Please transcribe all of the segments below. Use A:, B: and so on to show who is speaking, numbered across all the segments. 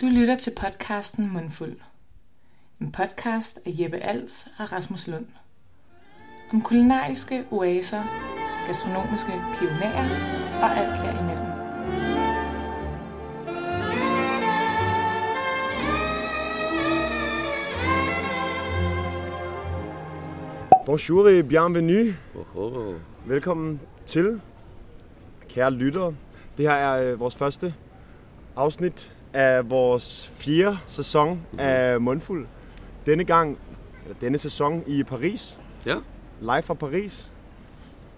A: Du lytter til podcasten Mundfuld. En podcast af Jeppe Als og Rasmus Lund. Om kulinariske oaser, gastronomiske pionerer og alt derimellem.
B: Bonjour et bienvenue.
C: Oho.
B: Velkommen til, kære lyttere. Det her er øh, vores første afsnit af vores fjerde sæson af Mundfuld. Denne gang, eller denne sæson i Paris.
C: Ja,
B: Live fra Paris.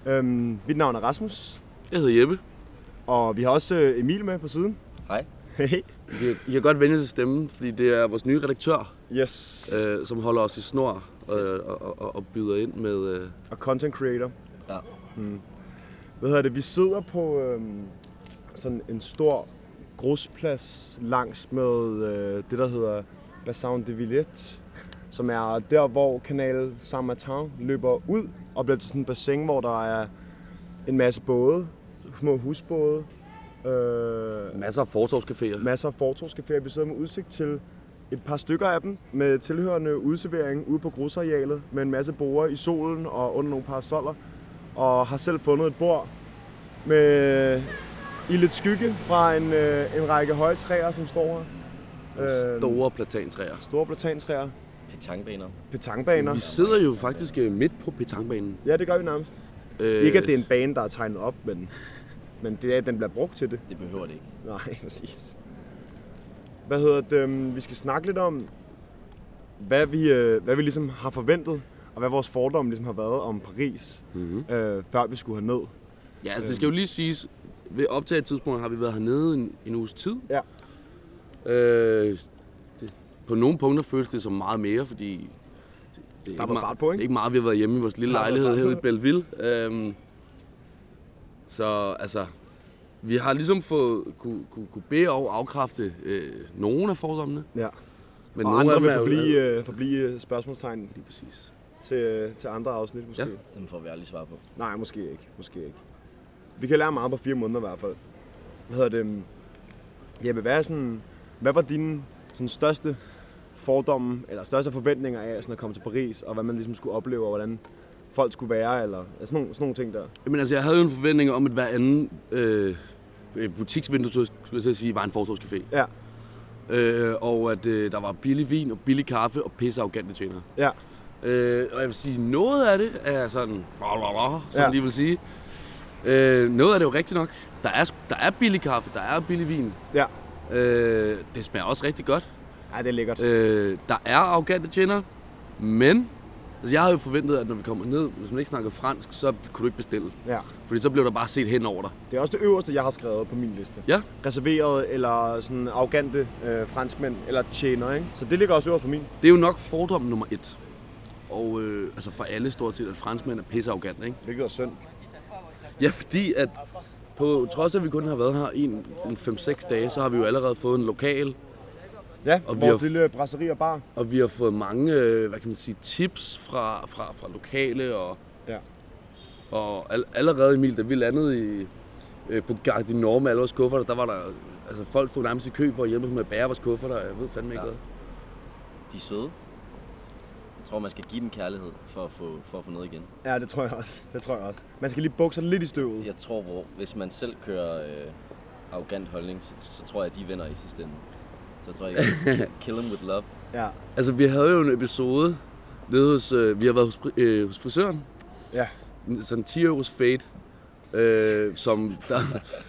B: Øhm, mit navn er Rasmus,
C: jeg hedder Jeppe.
B: og vi har også øh, Emil med på siden.
D: Hej.
B: Hey.
C: I kan, I kan godt vende til stemmen, fordi det er vores nye redaktør,
B: Yes.
C: øh, som holder os i snor øh, og, og- og, og byder ind med... Øh,
B: og content creator.
D: Ja.
B: Mm. Hvad hedder det? Vi sidder på øhm, sådan en stor grusplads langs med øh, det, der hedder Bassin de Villette, som er der, hvor kanal Saint-Martin løber ud og bliver til sådan et bassin, hvor der er en masse både, små husbåde, øh,
C: masser af fortorvscaféer.
B: masser af fortorskaféer. Vi sidder med udsigt til et par stykker af dem med tilhørende udservering ude på grusarealet med en masse borer i solen og under nogle parasoller. Og har selv fundet et bord med i lidt skygge fra en, øh, en række høje træer, som står her. Øhm, øh,
C: Nogle store plantantræer.
B: Store platantræer,
D: Petangbaner.
B: petangbaner.
C: Vi sidder jo faktisk øh, midt på petangbanen.
B: Ja, det gør vi nærmest.
C: Øh,
B: Ikke at det er en bane, der er tegnet op, men, men det er, at den bliver brugt til det.
D: Det behøver det ikke.
B: Nej, præcis. Hvad hedder det? øhm, Vi skal snakke lidt om, hvad vi, øh, hvad vi ligesom har forventet, og hvad vores fordomme ligesom har været om Paris,
C: Mhm.
B: øh, før vi skulle herned.
C: Ja, altså det skal jo lige siges, ved optagetidspunktet har vi været hernede en, en uges tid.
B: Ja.
C: Øh, det, på nogle punkter føles det som meget mere, fordi... Det, det er
B: var
C: ikke meget-
B: fart på, ikke?
C: Det er ikke meget, vi har været hjemme i vores lille
B: Der var
C: lejlighed
B: fart
C: herude i
B: på.
C: Belleville. Øhm, så altså, vi har ligesom fået, kunne, kunne, kunne bede og afkræfte øh, nogle af fordommene.
B: Ja.
C: Men
B: og
C: nogle af
B: andre
C: dem
B: vil
C: er jo-
B: forblive, øh, forblive spørgsmålstegn
C: Lige præcis.
B: til, øh, til andre afsnit, måske.
C: Ja.
D: Dem får vi aldrig svar på.
B: Nej, måske ikke. Måske ikke. Vi kan lære meget på fire måneder i hvert fald. Hvad hedder det? øhm, Jeppe, hvad, er sådan, hvad var dine sådan, største fordomme, eller største forventninger af sådan at komme til Paris, og hvad man ligesom skulle opleve, og hvordan folk skulle være, eller altså, sådan, nogle, sådan nogle ting der.
C: Jamen altså, jeg havde jo en forventning om, at hver anden øh, øh, butiksvindue, skulle jeg til at sige, var en fortorvscafé.
B: Ja,
C: Øh, og at øh, der var billig vin og billig kaffe og pisse arrogante tjenere.
B: ja,
C: Øh, og jeg vil sige, noget af det er sådan, bla bla bla, som
B: Ja.
C: ja. lige vil sige. Øh, noget af det er jo rigtigt nok. Der er, der er billig kaffe, der er billig vin.
B: ja.
C: Øh, det smager også rigtig godt.
B: Ej, det er lækkert.
C: Øh, der er arrogante tjenere, men altså, jeg havde jo forventet, at når vi kommer ned, hvis man ikke snakker fransk, så kunne du ikke bestille.
B: Ja.
C: Fordi så blev der bare set hen over dig.
B: Det er også det øverste, jeg har skrevet på min liste.
C: Ja,
B: Reserveret eller sådan arrogante øh, franskmænd eller tjener, ikke? Så det ligger også øverst på min.
C: det er jo nok fordom nummer et. Og øh, altså for alle stort set, at franskmænd er pissearrogante, ikke?
B: Hvilket er synd.
C: Ja, fordi at på trods af, at vi kun har været her en, en 5-6 dage, så har vi jo allerede fået en lokal,
B: Ja,
C: Og
B: og
C: vi
B: vores
C: har-
B: lille brasserie og bar.
C: og vi har fået mange, øh, hvad kan man sige, tips fra, fra, fra lokale, og,
B: Ja.
C: og al, allerede Emil, da vi landede i, øh, på Gardinor med alle vores kufferter, der var der, altså folk stod nærmest i kø for at hjælpe os med at bære vores kufferter, og jeg ved fandme ikke
D: Ja.
C: hvad.
D: De er søde. Jeg tror, man skal give dem kærlighed for at få, for at få noget igen.
B: Ja, det tror jeg også. Det tror jeg også. Man skal lige bukke sig lidt i støvet.
D: Jeg tror, hvor, hvis man selv kører øh, arrogant holdning, så, så, tror jeg, de vinder i sidste ende. Så tror jeg, kill them with love.
B: Ja,
C: Altså, vi havde jo en episode nede hos, øh, vi har været hos, fri- øh, hos frisøren,
B: ja.
C: sådan 10 euros fade, øh, som der,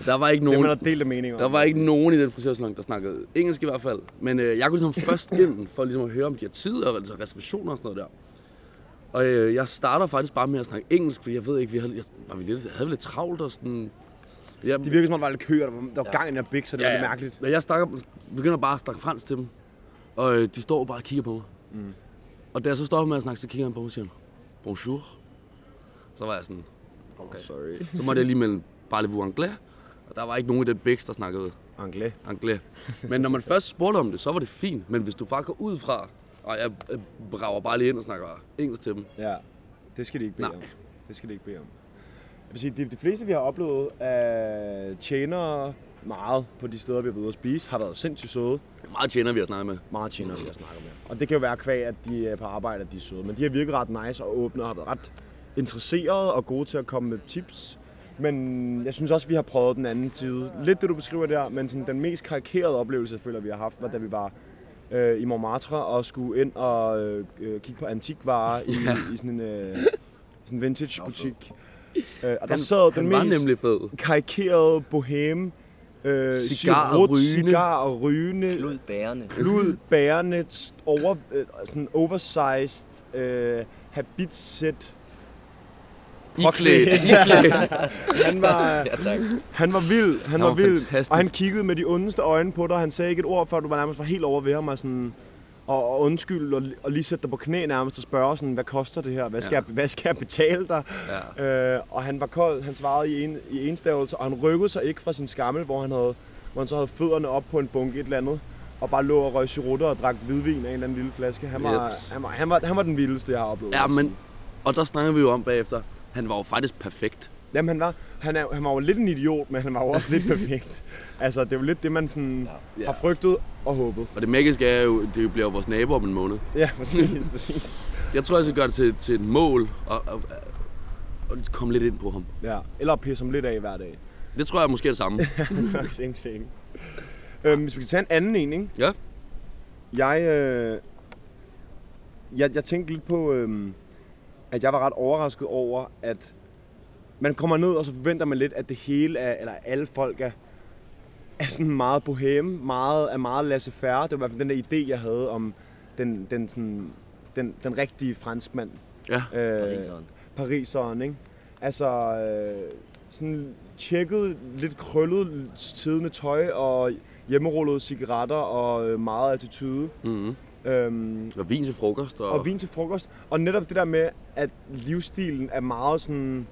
C: der var ikke
B: Det
C: nogen...
B: man har delte meninger om.
C: Der var ikke nogen i den frisørsalon, der snakkede engelsk i hvert fald. Men øh, jeg kunne ligesom først ind for ligesom at høre, om de har tid og altså reservationer og sådan noget der. Og øh, jeg starter faktisk bare med at snakke engelsk, fordi jeg ved ikke, vi havde, jeg, var vi lidt, havde vi lidt travlt og sådan... Jeg,
B: Det virkede som om, der var lidt køer, der var, der var gang i den her bæk, så det ja, var lidt mærkeligt.
C: Og jeg snakker, begynder bare at snakke fransk til dem, og øh, de står bare og kigger på mig. Mm. Og da jeg så stopper med at snakke, så kigger han på mig og siger, han, bonjour. Så var jeg sådan, okay.
B: Sorry.
C: Så måtte jeg lige melde, parlez-vous anglais? Og der var ikke nogen i den bæks, der snakkede
B: Anglais.
C: anglais. Men når man først spurgte om det, så var det fint. Men hvis du bare går ud fra, og jeg øh, brager bare lige ind og snakker engelsk til dem.
B: Ja, det skal de ikke bede
C: Nej.
B: om. Det skal de ikke bede om. Jeg vil sige, de, de fleste, vi har oplevet af tjenere, meget på de steder, vi har været ude at spise, har været sindssygt søde.
C: Meget tjener vi at snakke med.
B: Meget tjenere, vi har snakket med. Og det kan jo være kvæg, at de er på arbejde, at de er søde. Men de har virket ret nice og åbne og har været ret interesserede og gode til at komme med tips. Men jeg synes også, vi har prøvet den anden side. Lidt det, du beskriver der, men sådan, den mest karikerede oplevelse, jeg føler, vi har haft, var da vi var øh, i Montmartre og skulle ind og øh, øh, kigge på antikvarer i, i sådan en øh, sådan en vintage butik. Øh, og der sad den
C: han var
B: mest
C: nemlig fed.
B: karikerede boheme, øh,
C: Cigar og
B: cirrut,
C: rygende.
B: cigar og rygende,
D: Klud bærende.
B: blod bærende, t- over, øh, sådan oversized øh, habitsæt.
C: Iklædt.
B: Han var,
D: Ja, tak.
B: han var vild, han,
C: Han
B: var,
C: var
B: vild,
C: fantastisk.
B: og han kiggede med de ondeste øjne på dig, og han sagde ikke et ord, før du var nærmest var helt over ved ham og sådan, og, og undskyld, og, og lige sætte dig på knæ nærmest og spørge sådan, hvad koster det her, hvad skal,
C: Ja.
B: ja. jeg, hvad skal jeg betale dig?
C: ja.
B: Øh, og han var kold, han svarede i, en, i enstavelse, og han rykkede sig ikke fra sin skammel, hvor han, havde, hvor han så havde fødderne op på en bunke et eller andet, og bare lå og røg sirutter og drak hvidvin af en eller anden lille flaske. Han var,
C: Jeps.
B: han var, han var, han var den vildeste, jeg har oplevet.
C: ja, men... Og der snakker vi jo om bagefter. Han var jo faktisk perfekt.
B: Jamen, han var, han, er, han var jo lidt en idiot, men han var jo også lidt perfekt. Altså, det er jo lidt det, man sådan
C: Ja.
B: ja. har frygtet og håbet.
C: Og det magiske er jo, det bliver jo vores nabo om en måned.
B: Ja, præcis, præcis.
C: Jeg tror, jeg skal gøre det til, til et mål og, og, og komme lidt ind på ham.
B: Ja. Eller at pisse ham lidt af hver dag.
C: Det tror jeg måske er det samme.
B: Fuck, same, same. Øhm, hvis vi kan tage en anden en, ikke?
C: Ja.
B: Jeg, øh, jeg, jeg tænkte lidt på, øh, at jeg var ret overrasket over, at man kommer ned, og så forventer man lidt, at det hele er, eller alle folk er, er sådan meget boheme, meget, er meget laissez-faire. Det var i hvert fald den der idé, jeg havde om den, den, sådan, den, den rigtige franskmand.
C: Ja.
B: Øh,
D: Pariseren.
B: pariseren, ikke? Altså, øh, sådan tjekket, lidt krøllet, tidende tøj og hjemmerullede cigaretter og øh, meget attitude.
C: Mm-hmm.
B: Øhm,
C: Og vin til frokost. Og,
B: og vin til frokost. Og netop det der med, at livsstilen er meget sådan,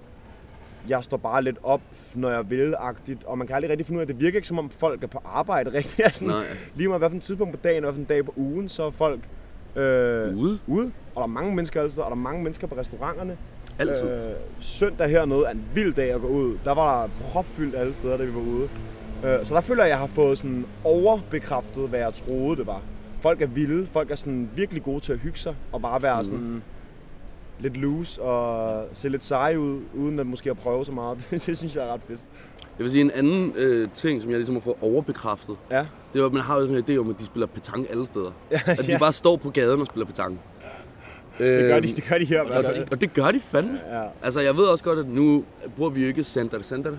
B: jeg står bare lidt op, når jeg vil-agtigt. Og man kan aldrig rigtig finde ud af, det virker ikke som om folk er på arbejde rigtigt. Ja, sådan,
C: Nej.
B: Lige meget hvilken tidspunkt på dagen og hvilken dag på ugen, så er folk øh,
C: Ude.
B: ude. Og der er mange mennesker altid, og der er mange mennesker på restauranterne.
C: Altid. Øh.
B: Øh, søndag hernede er en vild dag at gå ud. Der var der propfyldt alle steder, da vi var ude. Øh, så der føler jeg, at jeg har fået sådan overbekræftet, hvad jeg troede, det var. Folk er vilde, folk er sådan virkelig gode til at hygge sig, og bare være mm. sådan lidt loose og se lidt seje ud, uden at måske at prøve så meget. det synes jeg er ret fedt.
C: Jeg vil sige, en anden øh, ting, som jeg ligesom har fået overbekræftet,
B: Ja,
C: det var, at man har jo sådan en idé om, at de spiller petanque alle steder.
B: Ja,
C: At de
B: ja.
C: bare står på gaden og spiller petanque.
B: det gør, de, det gør de her. i hvert fald.
C: Og, og det gør de fandme.
B: Ja.
C: Altså, jeg ved også godt, at nu bruger vi jo ikke center. center.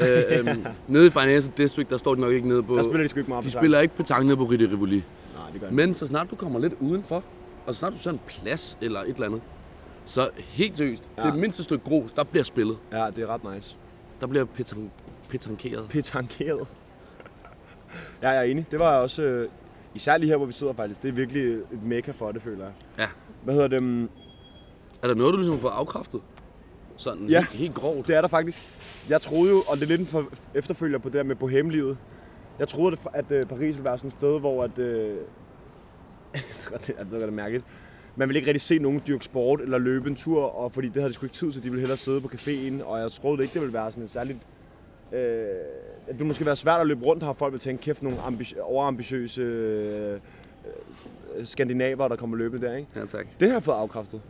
C: øh, øhm, nede i Financial District, der står de nok ikke nede på...
B: Der spiller de sgu ikke meget
C: de
B: på
C: spiller ikke petanque nede på Rite Rivoli.
B: sang. Nej, det gør de.
C: Men så snart du kommer lidt udenfor, og så snart du ser en plads eller et eller andet, så helt seriøst, ja.
B: Ja.
C: det mindste stykke grus, der bliver spillet.
B: Ja, det er ret nice.
C: Der bliver petan- petankeret.
B: petankeret. ja, jeg er enig. Det var også... Øh, især lige her, hvor vi sidder faktisk. Det er virkelig et mekka for det, føler jeg.
C: Ja.
B: Hvad hedder det? Mm,
C: Er der noget, du ligesom får afkræftet? Sådan
B: Ja.
C: helt, helt grovt.
B: Det er der faktisk. Jeg troede jo, og det er lidt en for, efterfølger på det her med bohemlivet. Jeg troede, at- at øh, Paris ville være sådan et sted, hvor at... Øh, det er det er mærkeligt. Man ville ikke rigtig se nogen dyrke sport eller løbe en tur, og fordi det havde de sgu ikke tid til, de ville hellere sidde på caféen, og jeg troede ikke, det ville være sådan et særligt... Øh, at det ville måske være svært at løbe rundt her, og folk ville tænke, kæft, nogle ambi- overambitiøse øh, øh, skandinaver, der kommer løbende der, ikke?
C: Ja, tak.
B: Det har jeg fået afkræftet.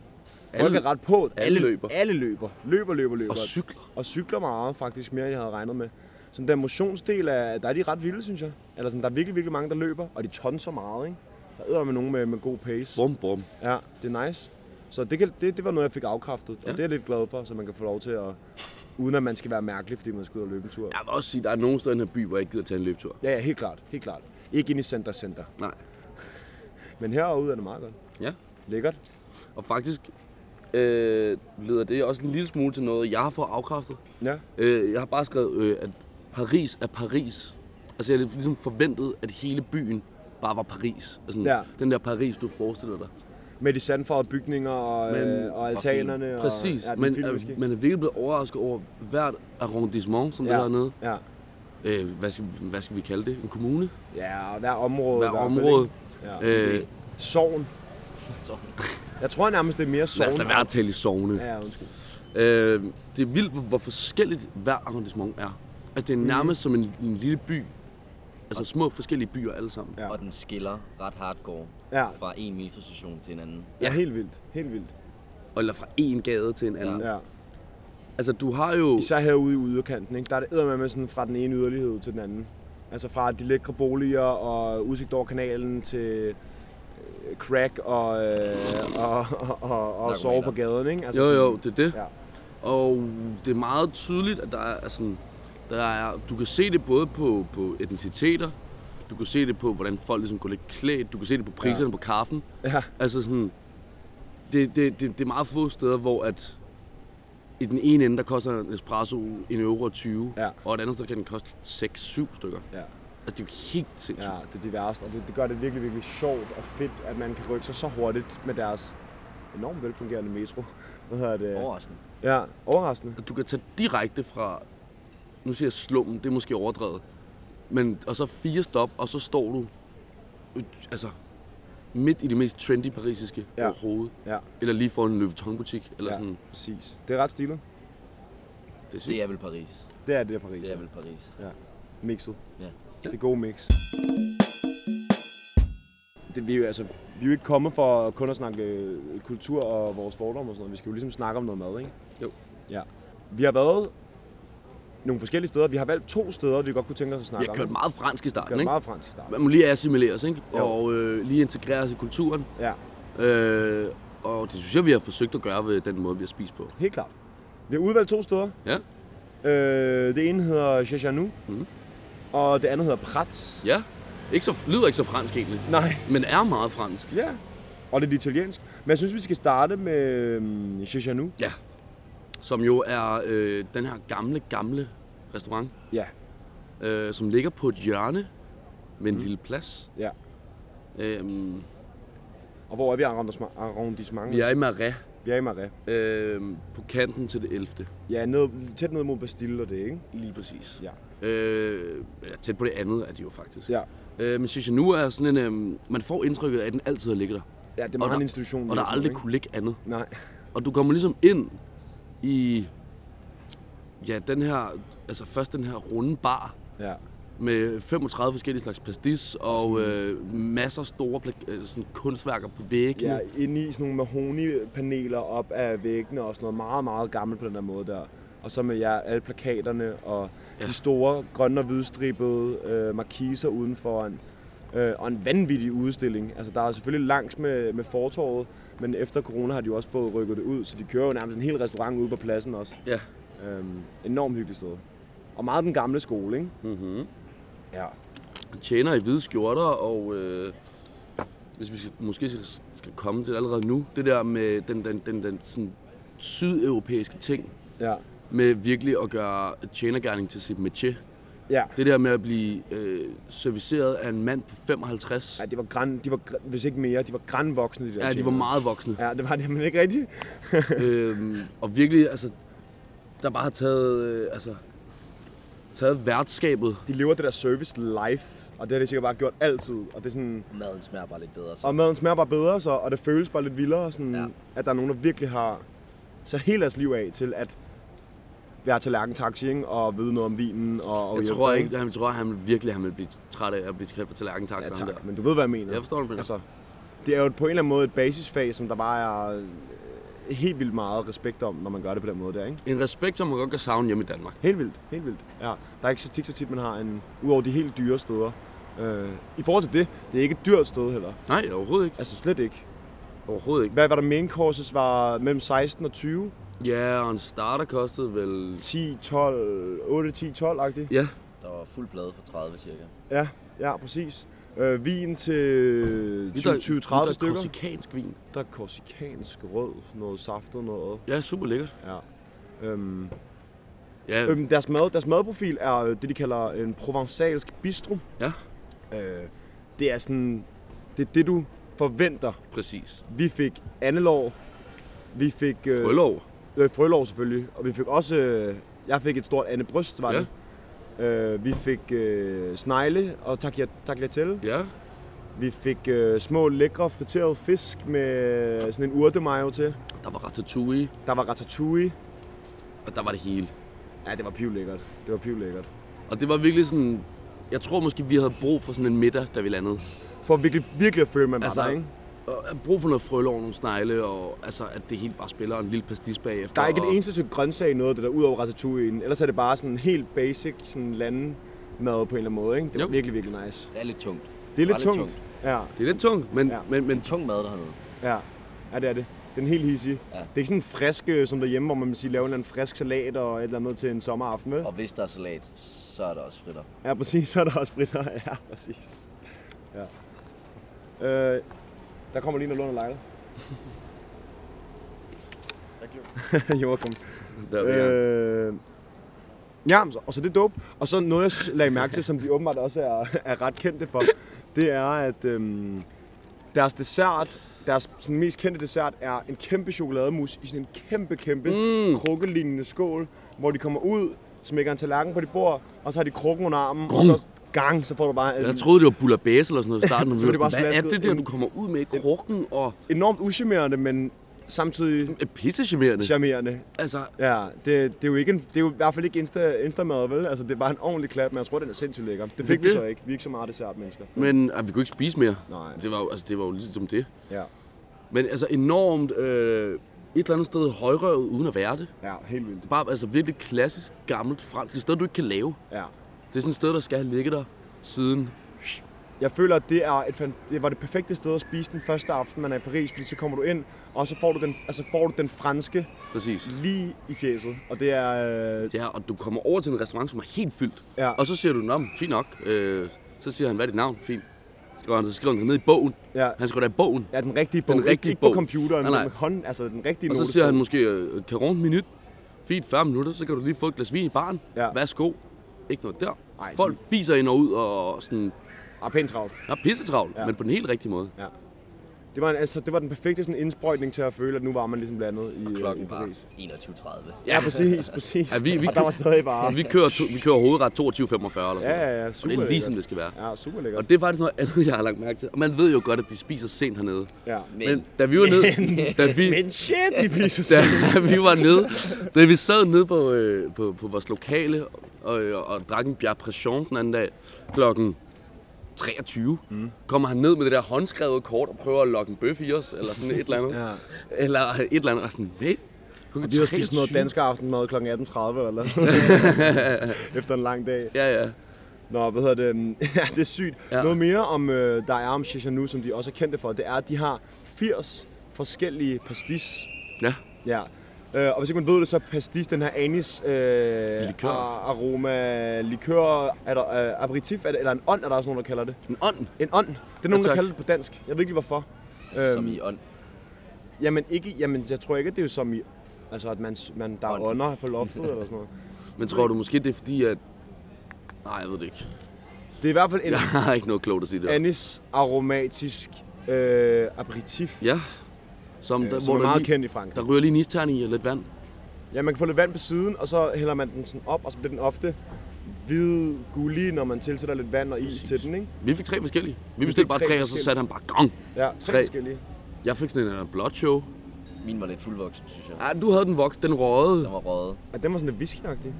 B: Folk
C: Alle-
B: er ret på.
C: alle løber.
B: Alle løber. Løber, løber, løber
C: Og cykler.
B: og cykler meget, faktisk mere, end jeg havde regnet med. Sådan den motionsdel, er, der er de ret vilde, synes jeg. Eller sådan, der er virkelig, virkelig mange, der løber, og de tonser meget, ikke? Der æder med nogen med, med god pace.
C: Bum, bum.
B: Ja, det er nice. Så det, kan, det, det var noget, jeg fik afkræftet, ja. og
C: Ja.
B: det er jeg lidt glad for, så man kan få lov til at, uden at man skal være mærkelig, fordi man skal ud og løbe en tur.
C: Jeg vil også sige, at der er nogen steder i den her by, hvor jeg ikke gider tage en løbetur.
B: Ja, ja, helt klart, helt klart. Ikke ind i center, center.
C: Nej.
B: Men herude er det meget godt.
C: Ja.
B: Lækkert.
C: Og faktisk øh, leder det også en lille smule til noget, jeg har fået afkræftet.
B: Ja,
C: Øh, jeg har bare skrevet, øh, at Paris er Paris. Altså, jeg havde ligesom forventet, at hele byen bare var Paris. Altså, ja.
B: Ja.
C: den der Paris, du forestiller dig.
B: med de sandfarvede bygninger og, øh, og altanerne. Og,
C: Præcis,
B: ja,
C: og,
B: den
C: men
B: film,
C: er,
B: måske.
C: man er virkelig blevet overrasket over hvert arrondissement, som ja. det hedder nede.
B: ja.
C: Øh, hvad, skal, hvad skal vi kalde det? En kommune?
B: ja, og hver område.
C: Hvert
B: i hvert fald,
C: område.
B: ikke? Ja.
C: Øh,
B: Sogn.
D: Så
B: Jeg tror nærmest, det er mere sovn.
C: lad os da være at tale i sovne.
B: Ja, ja, undskyld.
C: Øh, det er vildt, hvor- hvor forskelligt hver arrondissement er. Altså, det er nærmest som en, en lille by. Altså små forskellige byer alle sammen.
B: Ja.
D: Og den skiller ret hardcore
B: Ja.
D: fra en metrostation til en anden.
B: Ja, helt vildt. Helt vildt.
C: Eller fra en gade til en anden. Ja.
B: Ja.
C: Altså, du har jo...
B: Især herude i yderkanten, ikke? der er det eddermame sådan fra den ene yderlighed til den anden. Altså fra de lækre boliger og udsigt over kanalen til øh, crack og, øh, og, og, og, og sove på gaden, ikke? Altså,
C: Jo,
B: sådan-
C: jo, det er det.
B: Ja.
C: Og det er meget tydeligt, at der er sådan, der er, du kan se det både på, på etniciteter, du kan se det på, hvordan folk ligesom går lidt klædt, du kan se det på priserne ja. på kaffen.
B: Ja.
C: Altså sådan, det, det, det, det er meget få steder, hvor at i den ene ende, der koster en espresso en euro og 20,
B: Ja.
C: og et andet sted kan den koste 6-7 stykker.
B: Ja.
C: Altså det er jo helt sindssygt.
B: Ja, det er diverst, og det, det gør det virkelig, virkelig sjovt og fedt, at man kan rykke sig så hurtigt med deres enormt velfungerende metro. Hvad hedder det?
D: Overraskende.
B: Ja, overraskende.
C: at du kan tage direkte fra, nu siger jeg slummen, det er måske overdrevet, men, og så fire stop, og så står du øh, altså, midt i det mest trendy parisiske
B: Ja.
C: ja. overhovedet.
B: Ja,
C: Eller lige foran en Louis butik eller
B: ja
C: ja. sådan.
B: præcis. Det er ret stilet.
C: Det er sygt.
D: Det er vel Paris.
B: Det er det der Paris.
D: Det er vel Paris.
B: mixet.
D: Ja.
B: Det er gode mix. Det, vi, er jo, altså, vi er jo ikke kommet for kun at snakke øh, kultur og vores fordomme og sådan noget. Vi skal jo ligesom snakke om noget mad, ikke?
C: Jo.
B: Ja. Vi har været nogle forskellige steder. Vi har valgt to steder, vi godt kunne tænke os at
C: Jeg
B: snakke
C: har
B: om.
C: kørt meget fransk i starten,
B: Kørt
C: ikke?
B: meget fransk i starten.
C: Man må lige assimileres, ikke?
B: Jo.
C: Og øh, lige integreres i kulturen.
B: Ja,
C: Øh, og det synes jeg, vi har forsøgt at gøre ved den måde, vi har spist på.
B: helt klart. Vi har udvalgt to steder.
C: Ja.
B: Øh, det ene hedder Chachanu,
C: Mhm.
B: og det andet hedder Prats.
C: Ja. Ikke så, lyder ikke så fransk egentlig,
B: Nej,
C: men er meget fransk.
B: ja. Og lidt italiensk. Men jeg synes, vi skal starte med um, Chachanu.
C: som jo er øh, den her gamle, gamle restaurant,
B: Ja,
C: øh, som ligger på et hjørne med en mm. lille plads.
B: ja.
C: Øhm,
B: Og hvor er vi i arrondissement- arrondissementet?
C: vi er i Marais,
B: Vi er i Marais.
C: øh, på kanten til det 11.
B: Ja, ned, tæt ned mod Bastille og det, ikke?
C: Lige præcis.
B: Ja.
C: Øh, ja, tæt på det andet er de jo faktisk.
B: Ja.
C: Øh, men synes jeg nu er sådan en... Øh, man får indtrykket af, at den altid har ligget der.
B: Ja, det er
C: Og
B: meget en
C: der-
B: institution.
C: Og der
B: ligesom,
C: aldrig
B: ikke?
C: kunne ligge andet.
B: Nej,
C: Og du kommer ligesom ind i... Ja, den her... Altså først den her runde bar,
B: ja.
C: med 35 forskellige slags pastis og øh, masser af store pla- øh, sådan kunstværker på væggene.
B: Ja, inde i sådan nogle mahogni-paneler op af væggene og sådan noget meget, meget gammelt på den der måde der. Og så med ja, alle plakaterne og ja.
C: Ja.
B: de store grønne og hvidstribede øh, markiser udenfor. Øh, og en vanvittig udstilling. Altså, der er selvfølgelig langs med, med fortorvet, men efter corona har de jo også fået rykket det ud, så de kører jo nærmest en hel restaurant ude på pladsen også.
C: Ja.
B: Øhm, enormt hyggeligt sted. Og meget den gamle skole, ikke?
C: Mm-hmm.
B: Ja.
C: Tjener i hvide skjorter og... Øh, hvis vi skal, måske skal, skal komme til det allerede nu, det der med den, den, den, den sådan sydeuropæiske ting
B: Ja.
C: med virkelig at gøre tjenergærning til sit métier.
B: Ja.
C: Det der med at blive øh, serviceret af en mand på 55.
B: Ja, de var, gran, de var, gr- hvis ikke mere, de var grænvoksne, de der
C: Ja, de var
B: tjenere.
C: meget voksne.
B: Ja, det var det, men ikke rigtigt.
C: øhm, og virkelig, altså, der bare har taget, øh, altså, taget værtskabet.
B: De lever det der service life, og det har de sikkert bare gjort altid. Og, det er sådan,
D: Maden smager bare lidt bedre. Så.
B: og maden smager bare bedre, så, og det føles bare lidt vildere, sådan, ja.
D: Ja.
B: at der er nogen, der virkelig har sat hele deres liv af til at være tallerken taxi, ikke? og vide noget om vinen. Og, og
C: Jeg
B: hjælpe
C: tror
B: dem.
C: ikke, han tror, han vil virkelig han vil blive træt af at blive kaldt for tallerken tak,
B: Ja,
C: ja, der.
B: tak. Men du ved, hvad jeg mener.
C: Jeg forstår, hvad du mener.
B: Altså, det er jo på en eller anden måde et basisfag, som der bare er øh, helt vildt meget respekt om, når man gør det på den måde der, ikke?
C: En respekt, som man godt kan savne hjemme i Danmark.
B: Helt vildt, helt vildt. Ja, der er ikke så tit, så tit man har en, udover de helt dyre steder. Øh, I forhold til det, det er ikke et dyrt sted heller.
C: Nej, overhovedet ikke.
B: Altså slet ikke.
C: Overhovedet ikke.
B: Hvad var der main courses var mellem 16 og 20?
C: Ja, og en starter kostede vel...
B: 10, 12, 8, 10, 12 agtigt?
C: Ja,
D: Der var fuld plade for 30 cirka.
B: Ja, ja, præcis. Øh, vin til 20-30
C: vi drak- vi drak
B: stykker.
C: korsikansk vin.
B: Der er korsikansk rød, noget saftet noget.
C: Ja, super lækkert.
B: Ja. Øhm,
C: Ja,
B: øhm, deres, mad, deres madprofil er øh, det, de kalder en provensalsk bistro.
C: ja
B: Øh, det er sådan, det er det, du forventer.
C: præcis.
B: Vi fik andelår, vi fik øh,
C: Bryllup.
B: øh, frølår selvfølgelig, og vi fik også, øh, jeg fik et stort andebryst, var
C: Ja.
B: det. Øh, vi fik øh, snegle og tagliat- tagliatelle.
C: Ja,
B: Vi fik øh, små, lækre, friterede fisk med sådan en urtemayo til.
C: der var ratatouille,
B: Der var ratatouille.
C: og der var det hele.
B: Ja, det var pivlækkert. Det var pivlækkert.
C: Og det var virkelig sådan... Jeg tror måske, vi havde brug for sådan en middag, da vi landede.
B: For virkelig, virkelig at føle, man var
C: Altså,
B: der, ikke?
C: Og at brug for noget frølov, nogle snegle, og altså, at det helt bare spiller, og en lille pastis bagefter.
B: Der er ikke
C: og,
B: et eneste stykke grøntsag i noget af det der, udover ratatouille. Ellers er det bare sådan helt basic sådan lande mad på en eller anden måde, ikke? Det er
C: Jo.
B: virkelig, virkelig nice.
D: Det er lidt tungt.
B: Det er lidt
D: Bare lidt
B: tungt.
D: tungt.
B: Ja,
C: Det er lidt tungt, men,
B: Ja.
C: ja. men, men
D: Tung mad dernede.
B: ja. Ja, det er det. Den er helt hissig.
D: Ja.
B: Det er ikke sådan en frisk, øh, som derhjemme, hvor man vil sige, lave en eller anden frisk salat og et eller andet til en sommeraften, vel?
D: Og hvis der er salat, så er der også fritter.
B: Ja, præcis. Så er der også fritter. Ja, præcis. Ja. Øh, der kommer lige noget under lejlet. You're welcome.
C: der vil jeg...
B: Øh, ja, så- og så det er dope. Og så noget, jeg s- lagde mærke til, som de åbenbart også er, er ret kendte for, det er, at øhm, deres dessert, deres sådan, mest kendte dessert, er en kæmpe chokolademus i sådan en kæmpe, kæmpe mm. krukkelignende skål, hvor de kommer ud, smækker en tallerken på dit bord, og så har de krukken under armen,
C: Grum.
B: og så gang, så får du bare
C: Jeg
B: en
C: troede, det var bulabæs eller sådan noget i starten, men
B: Så
C: vi
B: var det
C: var
B: bare
C: sådan, hvad er
B: slasket
C: det der,
B: en-
C: du kommer ud med i krukken, og
B: enormt uschammerende, men samtidig
C: er pissecharmerende.
B: charmerende.
C: Altså,
B: Ja, det, det, er jo ikke en, det er jo i hvert fald ikke insta, instamad, vel? Altså, det var en ordentlig klap, men jeg tror, den er sindssygt lækker. Det fik vi
C: det?
B: så ikke. Vi er ikke så meget dessertmennesker.
C: men ah, vi kunne ikke spise mere.
B: Nej.
C: Det var, jo- altså, det var jo ligesom det.
B: Ja,
C: Men altså enormt øh, et eller andet sted højrøvet uden at være det.
B: ja helt vildt.
C: Bare altså virkelig klassisk, gammelt fransk. Det er et sted, du ikke kan lave.
B: Ja.
C: Det er sådan et sted, der skal have ligget der siden.
B: Jeg føler, at det, er et, fan- det var det perfekte sted at spise den første aften, man er i Paris, fordi så kommer du ind, og så får du den, altså får du den franske
C: Præcis.
B: lige i fjeset. Og det er... Øh,
C: Ja, og du kommer over til en restaurant, som er helt fyldt.
B: Ja.
C: Og så siger du, nå, men fint nok. Øh, så siger han, hvad er dit navn? Fint. Så skriver han, så skriver han det ned i bogen.
B: Ja.
C: Han skriver det i bogen.
B: ja, den rigtige bog.
C: rigtige
B: ikke, ikke
C: bog.
B: på computeren,
C: Nej, nej.
B: men med hånden. Altså, den rigtige
C: Og så
B: notesbog.
C: siger han måske, øh, kan runde minut. Fint, 40 minutter, så kan du lige få et glas vin i baren.
B: Ja.
C: Værsgo. Ikke noget der.
B: Ej,
C: Folk fiser ind og ud og sådan,
B: Ah, pænt travlt.
C: har pissetravlt,
B: Ja.
C: men på den helt rigtige måde.
B: Ja. Det var, en, altså, det var den perfekte sådan, indsprøjtning til at føle, at nu var man ligesom landet i, øh, i
D: Klokken var
B: Paris.
D: 21.30.
B: Ja, præcis, præcis.
C: Ja, vi- vi
B: og der var stadig bare...
C: Vi kører, to, vi kører hovedret 22.45 eller sådan
B: Ah, Ja,
C: noget.
B: ja, ja.
C: Og
B: Super
C: det er ligesom, det
B: lækkert.
C: skal være.
B: Ja, super lækkert.
C: Og det er faktisk noget andet, jeg har lagt mærke til. Og man ved jo godt, at de spiser sent hernede.
B: Ja.
D: Men-
C: Men da vi var nede, da vi,
B: Men shit, de viser sig.
C: da vi var nede, da vi sad nede på, øh, på, på vores lokale og, øh, og drak en bière pression den anden dag klokken 23, mm. kommer han ned med det der håndskrevede kort og prøver at lokke en bøf i os, eller sådan et eller andet.
B: Ja.
C: Eller et eller andet, og sådan, hvad?
B: De har spist noget dansk aftenmad kl. 18.30 eller noget. Efter en lang dag.
C: Ja, ja.
B: Nå, hvad hedder det? Ja, det er sygt.
C: Ja.
B: Ja. Noget mere om, øh, der er om Chichanu, som de også er kendte for, det er, at de har 80 forskellige pastis.
C: Ja,
B: Ja. Øh, og hvis ikke man ved det, så er pastis den her anis øh,
C: Likør.
B: ar- aroma, likør, er der, øh, aperitif, er der, eller en ånd, er der også nogen, der kalder det.
C: en ånd.
B: En ånd. Det er nogen, der
C: tak.
B: kalder det på dansk. Jeg ved ikke lige, hvorfor.
D: øh, Som
C: øhm,
D: i ånd.
B: Jamen, ikke, jamen, jeg tror ikke, at det er jo som i... Altså, at man, man der er
D: Ånd.
B: ånder på loftet eller sådan noget.
C: Men tror du måske, det er fordi, at... Nej, jeg ved det ikke.
B: Det er i hvert fald en
C: Jeg har ikke noget klogt at sige der.
B: anis aromatisk øh, aperitif,
C: Ja. Som,
B: øh,
C: der,
B: som
C: hvor
B: er
C: der,
B: meget
C: lige,
B: kendt i Frankrig.
C: der ryger lige en isterning i og lidt vand.
B: Ja, man kan få lidt vand på siden, og så hælder man den sådan op, og så bliver den ofte hvid gullig, når man tilsætter lidt vand og is til den, ikke?
C: Vi fik tre forskellige. Vi
B: fik
C: bestilte bare
B: tre
C: tre, og så
B: forskellige.
C: satte han bare gong.
B: Ja, tre,
C: Tre.
B: forskellige.
C: Jeg fik sådan en eller anden blot show.
D: Min var lidt fuldvoksen, synes jeg.
C: Ah, du havde den voks, den røde.
D: Den var røget,
B: Ja, den var sådan lidt whiskyagtig.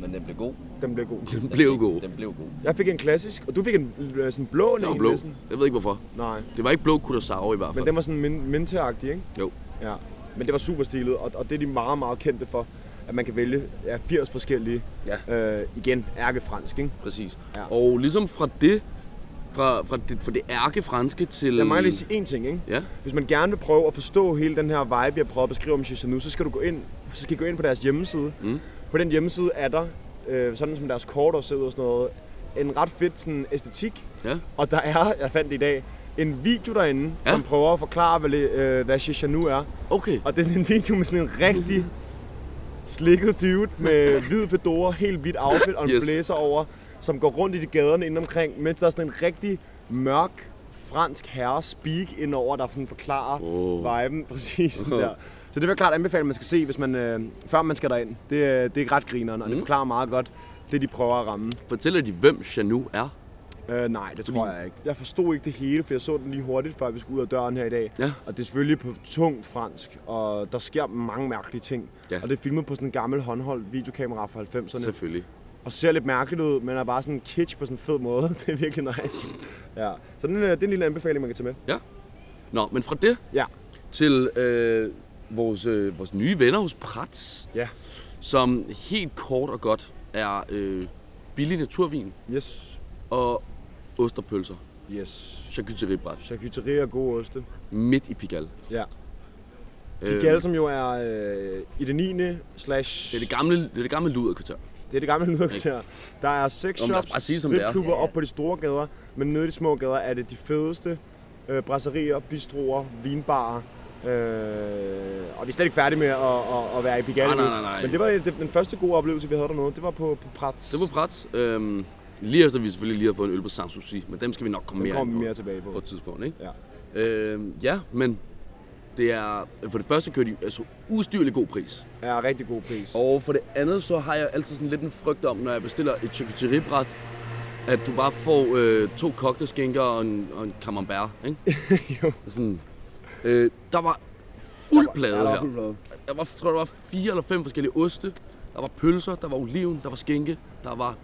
D: men den blev god.
B: Den blev god.
C: Den
D: Den
C: blev god.
D: Den blev god.
B: Jeg fik en klassisk, og du fik en øh, sådan blå
C: Den
B: en,
C: var blå.
B: næsten.
C: Jeg ved ikke hvorfor.
B: Nej,
C: Det var ikke blå Curaçao i hvert
B: men
C: fald.
B: den var sådan min- minteagtig, ikke?
C: Jo.
B: Ja, men det var super stilet, og, og det er de meget, meget kendte for, at man kan vælge ja, 80 forskellige,
C: Ja.
B: øh, igen, ærkefransk, ikke?
C: Præcis.
B: Ja.
C: Og ligesom fra det, fra, fra, det, fra det ærke franske til...
B: Jeg må lige sige én ting, ikke?
C: Ja,
B: Hvis man gerne vil prøve at forstå hele den her vibe, jeg prøver at beskrive om Shizanu, så skal du gå ind, så skal I gå ind på deres hjemmeside.
C: Mm.
B: På den hjemmeside er der, øh, sådan som deres kort også ser ud og sådan noget, en ret fedt sådan, æstetik.
C: ja.
B: Og der er, jeg fandt det i dag, en video derinde,
C: Ja.
B: ja. som prøver at forklare, hvad, det, øh, hvad Shishanu er.
C: Okay.
B: Og det er sådan en video med sådan en rigtig slikket dude med hvid fedora, helt hvidt outfit og en yes.
C: Yes.
B: blæser over, som går rundt i de gaderne inden omkring, mens der er sådan en rigtig mørk fransk herre speak indover, der sådan forklarer
C: Åh.
B: oh. viben præcis sådan
C: Åh.
B: der. Så det vil jeg klart anbefale, at man skal se, hvis man, øh, før man skal derind. Det, øh, det er ret grineren, og
C: Mm.
B: det forklarer meget godt det, de prøver at ramme.
C: Fortæller de, hvem Janu er?
B: Øh, nej, det tror
C: Fordi-
B: jeg ikke. Jeg forstod ikke det hele, for jeg så den lige hurtigt, før vi skulle ud af døren her i dag.
C: Ja.
B: Og det er selvfølgelig på tungt fransk, og der sker mange mærkelige ting.
C: Ja.
B: Og det er filmet på sådan en gammel håndholdt videokamera fra 90'erne.
C: Selvfølgelig.
B: Og og ser lidt mærkeligt ud, men er bare sådan kitsch på sådan en fed måde. Det er virkelig nice. Ja. Så den, øh, det er en lille anbefaling, man kan tage med.
C: Nå, men fra det
B: Ja.
C: til øh, vores, øh, vores nye venner hos Prats,
B: Ja.
C: som helt kort og godt er øh, billig naturvin
B: Yes.
C: og osterpølser.
B: Yes.
C: Charcuteriebræt.
B: Charcuterie og gode oste.
C: Midt i Pigalle.
B: Ja.
C: Øh,
B: Pigalle, som jo er øh, i det 9. slash...
C: Det er det gamle, det er det gamle luderkvarter.
B: det, er det gamle lyderkvarter. Der er sex
C: Nå, men lad os bare
B: shops,
C: sige, som det er.
B: stripklubber op på de store gader, men nede i de små gader er det de fedeste øh, brasserier, bistroer, vinbarer. Øh, og vi er slet ikke færdige med at, at, at være i Pigalle.
C: Nej,
B: nu.
C: nej, nej, nej.
B: Men det var det, den første gode oplevelse, vi havde dernede. Det var på, på Prats.
C: Det var Prats. Øhm, lige efter vi selvfølgelig lige har fået en øl på Sans Souci, men dem skal vi nok komme
B: Dem
C: mere
B: kommer vi
C: ind på,
B: mere tilbage
C: på
B: på.
C: et tidspunkt. Ikke?
B: Ja.
C: Øhm, ja, men det er, for det første kører de altså ustyrlig god pris.
B: Ja, rigtig god pris.
C: Og for det andet, så har jeg altid sådan lidt en frygt om, når jeg bestiller et charcuteriebræt, at du bare får øh, to cocktailskinker og en, og en camembert, ikke?
B: Jo.
C: Sådan, øh, der var fuld
B: Ja,
C: plade
B: der var
C: her.
B: fuld plade.
C: Der var, tror, der var fire eller fem forskellige oste. Der var pølser, der var oliven, der var skinke, der var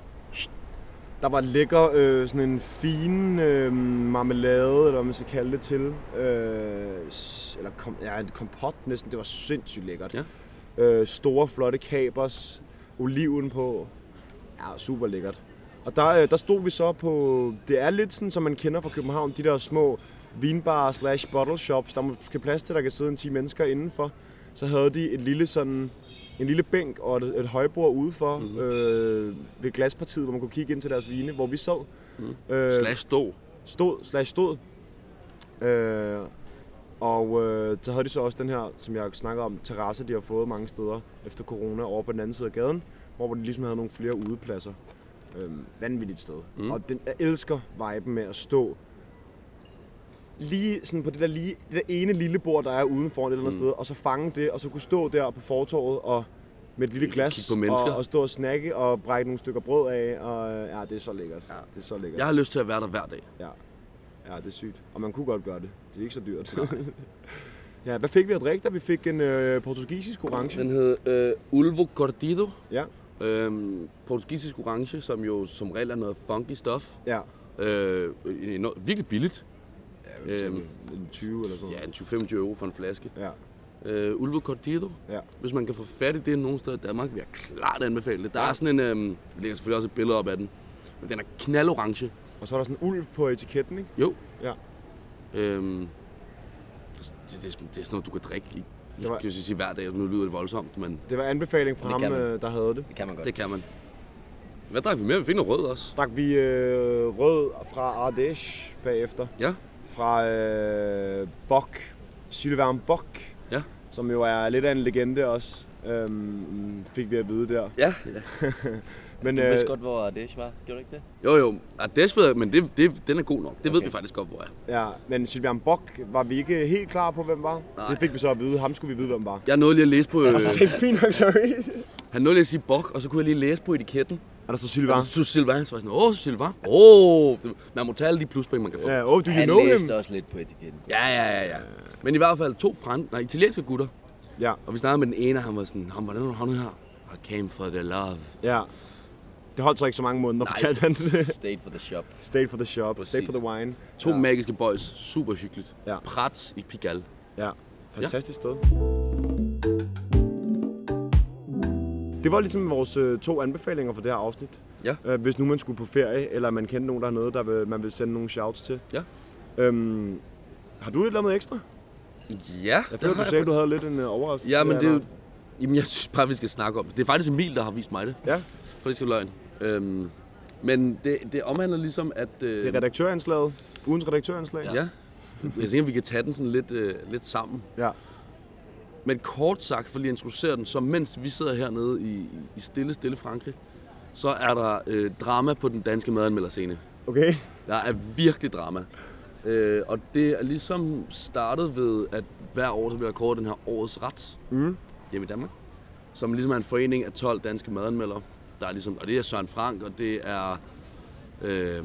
B: Der var lækker øh, sådan en fin øh, marmelade, eller hvad man skal kalde det til. Øh, s- eller kom, ja, en kompot næsten. Det var sindssygt lækkert.
C: Ja.
B: Øh, store, flotte kapers. Oliven på. Ja, super lækkert. Og der, øh, der stod vi så på... Det er lidt sådan, som man kender fra København. De der små vinbarer slash bottle shops. Der er måske plads til, der kan sidde en 10 mennesker indenfor. Så havde de et lille sådan en lille bænk og et, et højbord udefor mm. øh, ved glaspartiet, hvor man kunne kigge ind til deres vine, hvor vi sad. Mm. Øh,
C: slash stå.
B: stod, slash stod. Øh, og øh, så havde de så også den her, som jeg snakkede om, terrasse, de har fået mange steder efter corona over på den anden side af gaden, hvor de ligesom havde nogle flere udepladser. Øh, vanvittigt sted. Mm. Og den, jeg elsker viben med at stå lige sådan på det der, lige, det der ene lille bord, der er uden foran et eller andet mm. sted, og så fange det, og så kunne stå der på fortorvet og med et lille glas,
C: på mennesker.
B: og, og stå og snakke og brække nogle stykker brød af, og øh, ja, det er så lækkert. Ja. Det er så lækkert.
C: Jeg har lyst til at være der hver dag.
B: Ja. ja, det er sygt. Og man kunne godt gøre det. Det er ikke så dyrt. ja, hvad fik vi at drikke, da vi fik en øh, portugisisk orange?
C: Den hed øh, Ulvo Cordido.
B: Ja,
C: Øhm, portugisisk orange, som jo som regel er noget funky stuff.
B: ja.
C: Øh, øh, no- virkelig billigt. Øhm,
B: En 20 eller sådan
C: ja,
B: noget.
C: en 20-25 euro for en flaske.
B: Ja.
C: Øh, Ulvo Cordido.
B: Ja.
C: Hvis man kan få fat i det nogen steder i Danmark, vil jeg klart anbefale det. Der er sådan en, øhm, vi lægger selvfølgelig også et billede op af den, men den er knaldorange.
B: Og så er der sådan en ulv på etiketten, ikke?
C: Jo.
B: Ja.
C: Øhm, det, det, det, er sådan- det, er sådan noget, du kan drikke i.
B: Det
C: Det
B: var-
C: var... kan jeg sige hver dag, nu lyder det voldsomt, men
B: Det var anbefaling fra
D: Det
B: ham,
D: kan man.
B: øh, der havde det.
D: Det kan man godt.
C: det kan man. Hvad drak vi mere? Vi fik noget rød også.
B: Drak vi øh, rød fra Ardèche bagefter.
C: Ja.
B: Fra øh, Bok. Sylvain Bok.
C: Ja.
B: Som jo er lidt af en legende også. Øhm, fik vi at vide der.
C: Ja, ja.
B: Men, øh,
D: Du
C: Øh,
D: vidste godt, hvor det var. Gjorde du ikke det?
C: Jo, jo. Ardèche ved jeg, men det, det, den er god nok. Det okay. ved
D: Okay.
C: vi faktisk godt, hvor er.
B: Ja, men Silvian Bock var vi ikke helt klar på, hvem var. Nej.
C: Nej.
B: Det fik vi så at vide. Ham skulle vi vide, hvem var.
C: Jeg nåede lige at læse på... Øh,
B: Og så sagde vi, fint nok, sorry.
C: han nåede lige at sige bok, og så kunne jeg lige læse på etiketten.
B: Og der så
C: Ja.
B: Silvan.
C: Og så tog Sylvain, så var jeg sådan, åh, Sylvain, åh, det- man må tage alle de pluspring, man kan få.
B: Ja, oh, do you
D: Han
B: know him?
D: læste også lidt på etiketten.
C: Ja, ja, ja, ja. Men i hvert fald to franske, nej, italienske gutter.
B: Ja,
C: Og vi snakkede med den ene, og han var sådan, "Nå, hvordan har du hånden her? I came for the love.
B: ja. Det holdt så ikke så mange måneder, fortalte han.
D: State for the shop.
B: Stay for the shop, Præcis. stay
C: Præcis.
B: for the wine.
C: To ja. magiske boys, super hyggeligt.
B: Ja.
C: Prats i Pigalle.
B: Ja, fantastisk sted. Det var ligesom vores øh, to anbefalinger for det her afsnit.
C: Ja.
B: Øh, hvis nu man skulle på ferie, eller man kendte nogen dernede, der vil, man vil sende nogle shouts til.
C: Ja.
B: Øhm, har du et eller andet ekstra?
C: Ja,
B: Jeg føler, du sagde, du havde lidt en øh, overraskelse.
C: Ja, men det er
B: eller-
C: jo... Jamen, jeg synes bare, vi skal snakke om det. Det er faktisk Emil, der har vist mig det.
B: Ja.
C: For det skal løgn. Øhm, men det, det omhandler ligesom, at... Øh,
B: Det er redaktøranslaget. Ugens redaktøranslag.
C: Ja. Jeg tænker, vi kan tage den sådan lidt, øh, lidt sammen.
B: ja.
C: Men kort sagt, for lige at introducere den, så mens vi sidder hernede i, i stille, stille Frankrig, så er der øh, drama på den danske madanmelderscene.
B: Okay.
C: Der er virkelig drama. Øh, og det er ligesom startet ved, at hver år, der bliver kåret den her årets ret
B: Mm.
C: hjemme i Danmark, som ligesom er en forening af 12 danske madanmeldere. Der er ligesom, og det er Søren Frank, og det er, øh,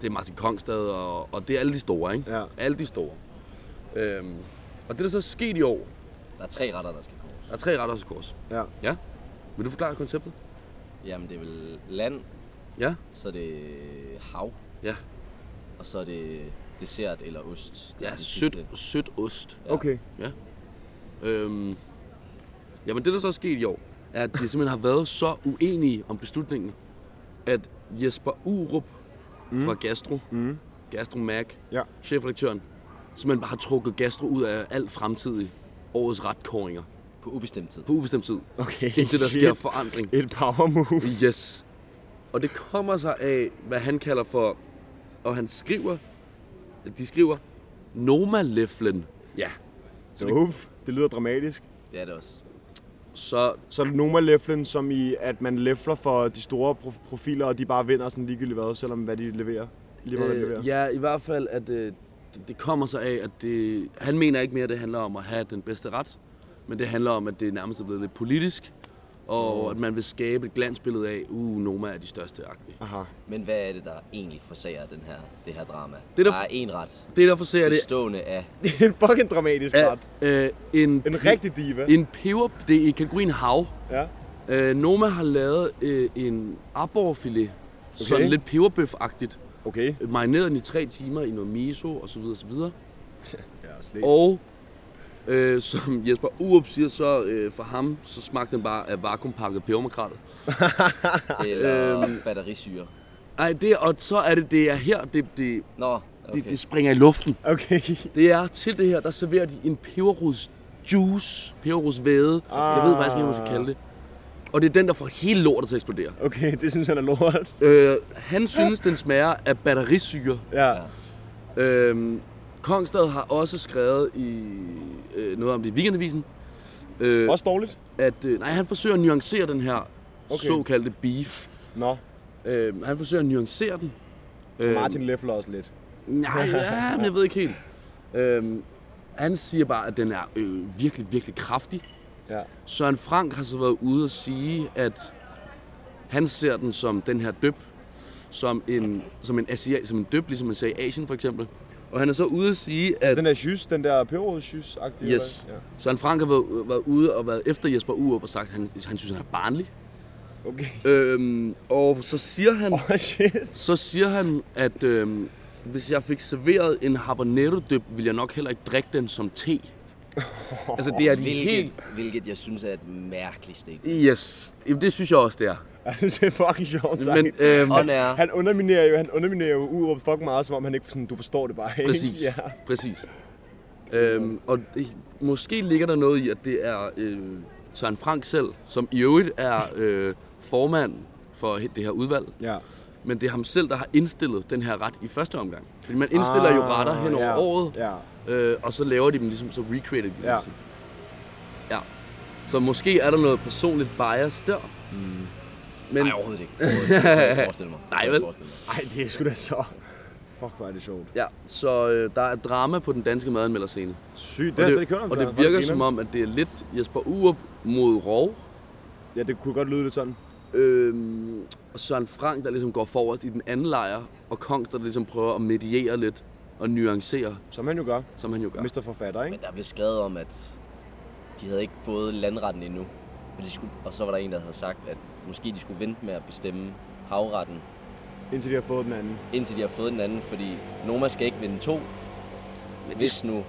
C: det er Martin Kongstad, og, og det er alle de store, ikke?
B: Ja.
C: Alle de store. Øh, og det, der så er sket i år,
D: Der er tre retter, der skal koges.
C: der er tre retter hos Kors.
B: Ja.
C: Ja. Vil du forklare konceptet?
D: Jamen, det er vel land,
C: Ja,
D: så er det hav,
C: ja.
D: og så er det dessert eller ost. Det er
C: Ja,
D: den
C: sødt,
D: sidste.
C: sødt ost.
D: Ja.
B: Okay.
C: Ja. Øhm, jamen det, der så er sket i år, er, at de simpelthen har været så uenige om beslutningen, at Jesper Urup mm. fra Gastro, mm. Gastro Mac,
B: Ja.
C: chefredaktøren, simpelthen bare har trukket Gastro ud af alt fremtidig årets retkåringer
D: På ubestemt tid.
C: på ubestemt tid,
B: Okay.
C: indtil der
B: shit.
C: sker forandring.
B: Et power move.
C: Yes. Og det kommer sig af, hvad han kalder for, og han skriver, de skriver, Noma-leflen.
B: Ja. Dope. Det lyder dramatisk.
D: Det er det også.
C: Så
B: Så er det Noma Leflen, som i, at man lefler for de store pro- profiler, og de bare vinder sådan ligegyldigt hvad, selvom hvad de leverer. Lige hvad øh, de leverer.
C: Øh, ja, i hvert fald, at øh, det, det kommer sig af, at det, han mener ikke mere, at det handler om at have den bedste ret, men det handler om, at det nærmest er blevet lidt politisk,
B: Mm.
C: og at man vil skabe et glansbillede af, uh, Noma er de største agtige.
B: Aha.
D: Men hvad er det, der egentlig forsager den her, det her drama?
C: Det er der-
D: der er én ret,
C: Det, der forser det,
D: bestående af...
B: Det er en fucking dramatisk
C: er
B: ret.
C: øh, en,
B: En rigtig diva.
C: en peber, det er i kategorien hav.
B: Ja.
C: Øh, Noma har lavet øh, en arborfilet, okay. sådan
B: Okay.
C: lidt peberbøf-agtigt,
B: Okay.
C: øh, marineret den i tre timer i noget miso osv. videre.
B: Ja, slet.
C: Og øh, som Jesper Urup siger, så øh, for ham, så smagte den bare af vakuumpakket pebermakrel.
D: Eller
C: Øhm,
D: batterisyre.
C: Nej, det, og så er det, det er her, det, det,
D: Nå, okay.
C: okay. det, det springer i luften.
B: Okay.
C: Det er til det her, der serverer de en peberrods juice, peberrodsvæde. Ah. Jeg ved faktisk ikke, hvad man skal kalde det. Og det er den, der får hele lortet til at eksplodere.
B: Okay, det synes han er lort.
C: Øh, han synes, den smager af batterisyre.
B: Ja.
D: Ja.
C: Øhm, Kongstad har også skrevet i øh, noget om det i weekendavisen. Øh,
B: Også dårligt?
C: at øh, nej, han forsøger at nuancere den her okay.
B: Okay.
C: såkaldte beef.
B: Nå,
C: Øh, han forsøger at nuancere den. Øh,
B: Martin lefler også lidt.
C: Nej, ja, men jeg ved ikke helt. Øh, han siger bare, at den er øh, virkelig, virkelig kraftig.
B: Ja.
C: Søren Frank har så været ude og sige, at han ser den som den her døb, som en, som en, asia, som en døb, ligesom man ser i Asien for eksempel. Og han er så ude og sige, at...
B: Den der jus, den der peberrodsjus agtige
C: Yes.
B: Ja.
C: Søren Frank har været, været ude og været efter Jesper Urup og sagt, at han, han synes, han er barnlig.
B: Okay.
C: Øhm, og så siger han,
B: Åh, oh, shit.
C: så siger han, at øhm, hvis jeg fik serveret en habanero dip, ville jeg nok heller ikke drikke den som te. Altså det er de
D: Hvilket,
C: helt...
D: hvilket jeg synes er et mærkeligt stik.
C: Yes, Jamen, det synes jeg også, det er.
B: Jeg synes, det er fucking sjovt sagt.
C: Men, øhm,
D: Og nær.
B: Han underminerer jo, han underminerer jo Urup fucking meget, som om han ikke sådan, du forstår det bare ikke.
C: præcis,
B: Ja.
C: præcis. Øhm, og det, måske ligger der noget i, at det er øh, Søren Frank selv, som i øvrigt er øh, formand for det her udvalg.
B: ja.
C: Men det er ham selv, der har indstillet den her ret i første omgang. Fordi man indstiller ah, jo retter hen over
B: ja.
C: året,
B: Ja.
C: øh, og så laver de dem ligesom, så recreater de dem
B: Ja.
C: ligesom. Ja. Så måske er der noget personligt bias der. Mm. Men
D: Nej, overhovedet ikke. Overhovedet ikke. Det kan jeg ikke forestille mig.
C: Nej,
D: Det kan jeg
C: vel?
D: ikke forestille mig.
B: Ej, det er sgu da så... Fuck, hvor er det sjovt.
C: ja, så øh, der er drama på den danske madanmelderscene.
B: Sygt, det,
C: Og
B: har jeg slet
C: det,
B: ikke hørt om.
C: og
B: der.
C: det
B: Hvor er
C: virker
B: det
C: som
B: grineren?
C: om, at det er lidt Jesper Urup mod Rov.
B: Ja, det kunne godt lyde lidt sådan.
C: Øhm, og Søren Frank, der ligesom går forrest i den anden lejr, og Kongs, der ligesom prøver at mediere lidt og nuancere,
B: Som han jo gør.
C: som han jo gør.
B: Ja. Mr. Forfatter, ikke?
D: Men der blev skrevet om, at de havde ikke fået landretten endnu. Men de skulle, og så var der en, der havde sagt, at måske de skulle vente med at bestemme havretten,
B: Indtil de har fået den anden.
D: indtil de har fået den anden, fordi Noma skal ikke vinde to, hvis nu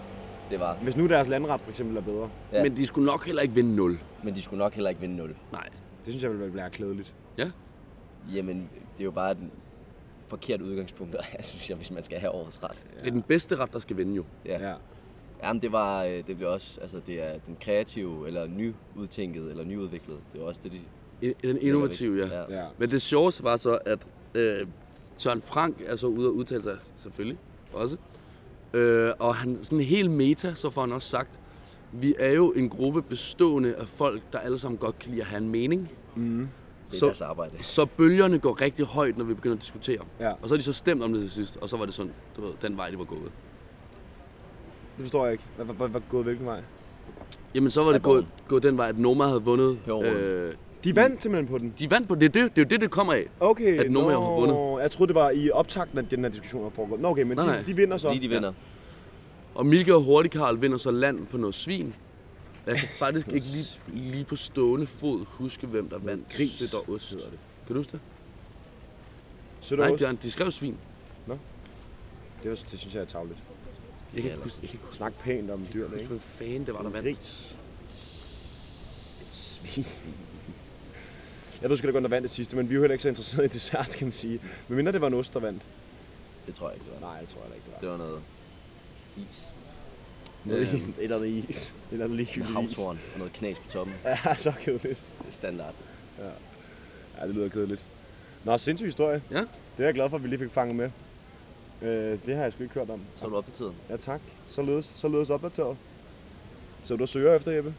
D: det var.
B: Hvis nu deres landret for eksempel er bedre,
D: Ja.
C: Men de skulle nok heller ikke vinde 0.
D: Men de skulle nok heller ikke vinde nul.
C: Nej.
B: det synes jeg ville være klædeligt.
C: Ja.
D: Jamen, det er jo bare et forkert udgangspunkt, jeg synes jeg, hvis man skal have årets ret.
C: Det er den bedste ret, der skal vinde jo.
D: Ja.
B: Ja.
D: Jamen, det var, øh, det blev også, altså det er den kreative, eller nyudtænkede, eller nyudviklede. Det er jo også det, de...
C: En- Den innovative, ja.
D: Ja.
B: Ja.
C: Men det sjoveste var så, at øh, Søren Frank er så ude og udtale sig, selvfølgelig, også. Øh, og han, sådan helt meta, så får han også sagt, vi er jo en gruppe bestående af folk, der alle sammen godt kan lide at have en mening.
D: Det er
C: Så-
D: deres arbejde.
C: Så bølgerne går rigtig højt, når vi begynder at diskutere.
B: Ja.
C: Og så er de så stemt om det til sidst, og så var det sådan, du ved, den vej, det var gået.
B: Det forstår jeg ikke. Hvad, hvad, hvad, hvad gået hvilken vej?
C: Jamen, så var det
D: Ja,
C: gået, gået den vej, at Noma havde vundet.
D: Herovre.
C: Øh,
B: De vandt simpelthen på den.
C: de vandt på det. Det er jo det, er jo det, det kommer af.
B: Okay,
C: At Noma
B: nå,
C: har vundet.
B: Jeg troede, det var i optakten, at den her diskussion var foregået. Nå, okay, men
C: Nej,
B: de,
C: nej.
B: de vinder så.
D: Lige de vinder.
C: Og Milke og Hurtigkarl vinder så land på noget svin. Og Jeg kan faktisk ikke lige, lige på stående fod huske, hvem der vandt
B: gris
C: Sødt Ost.
B: hedder det.
C: Kan du huske det?
B: Sødt
C: Nej,
B: og ost,
C: Bjørn, de skrev svin.
B: det, var, det synes jeg er tavligt.
C: Jeg kan ikke huske, jeg kan ikke
B: Snak pænt om dyrene,
C: huske,
B: ikke?
C: hvem fanden det var, der vandt.
B: Gris. Svin. Jeg ved sgu da godt, der vandt det sidste, men vi er jo heller ikke så interesserede i dessert, kan man sige. Men mindre det var en ost, der vandt.
D: Det tror jeg ikke, det var.
B: Nej, det tror jeg da ikke, det var.
D: Det var noget is.
B: Noget
C: Øhm.
B: i- Et eller andet is. Et eller andet
D: Med
B: ligegyldigt is.
D: havtorn og noget knas på toppen.
B: Ja, så kedeligt.
D: Det er standard.
B: Ja, det lyder kedeligt. Nå, sindssyg historie.
C: Ja.
B: Det er jeg glad for, at vi lige fik fanget med. Øh, det har jeg sgu ikke hørt om.
D: Så er du opdateret.
B: Ja, tak. Således, således opdateret. Så du søger efter, Jeppe?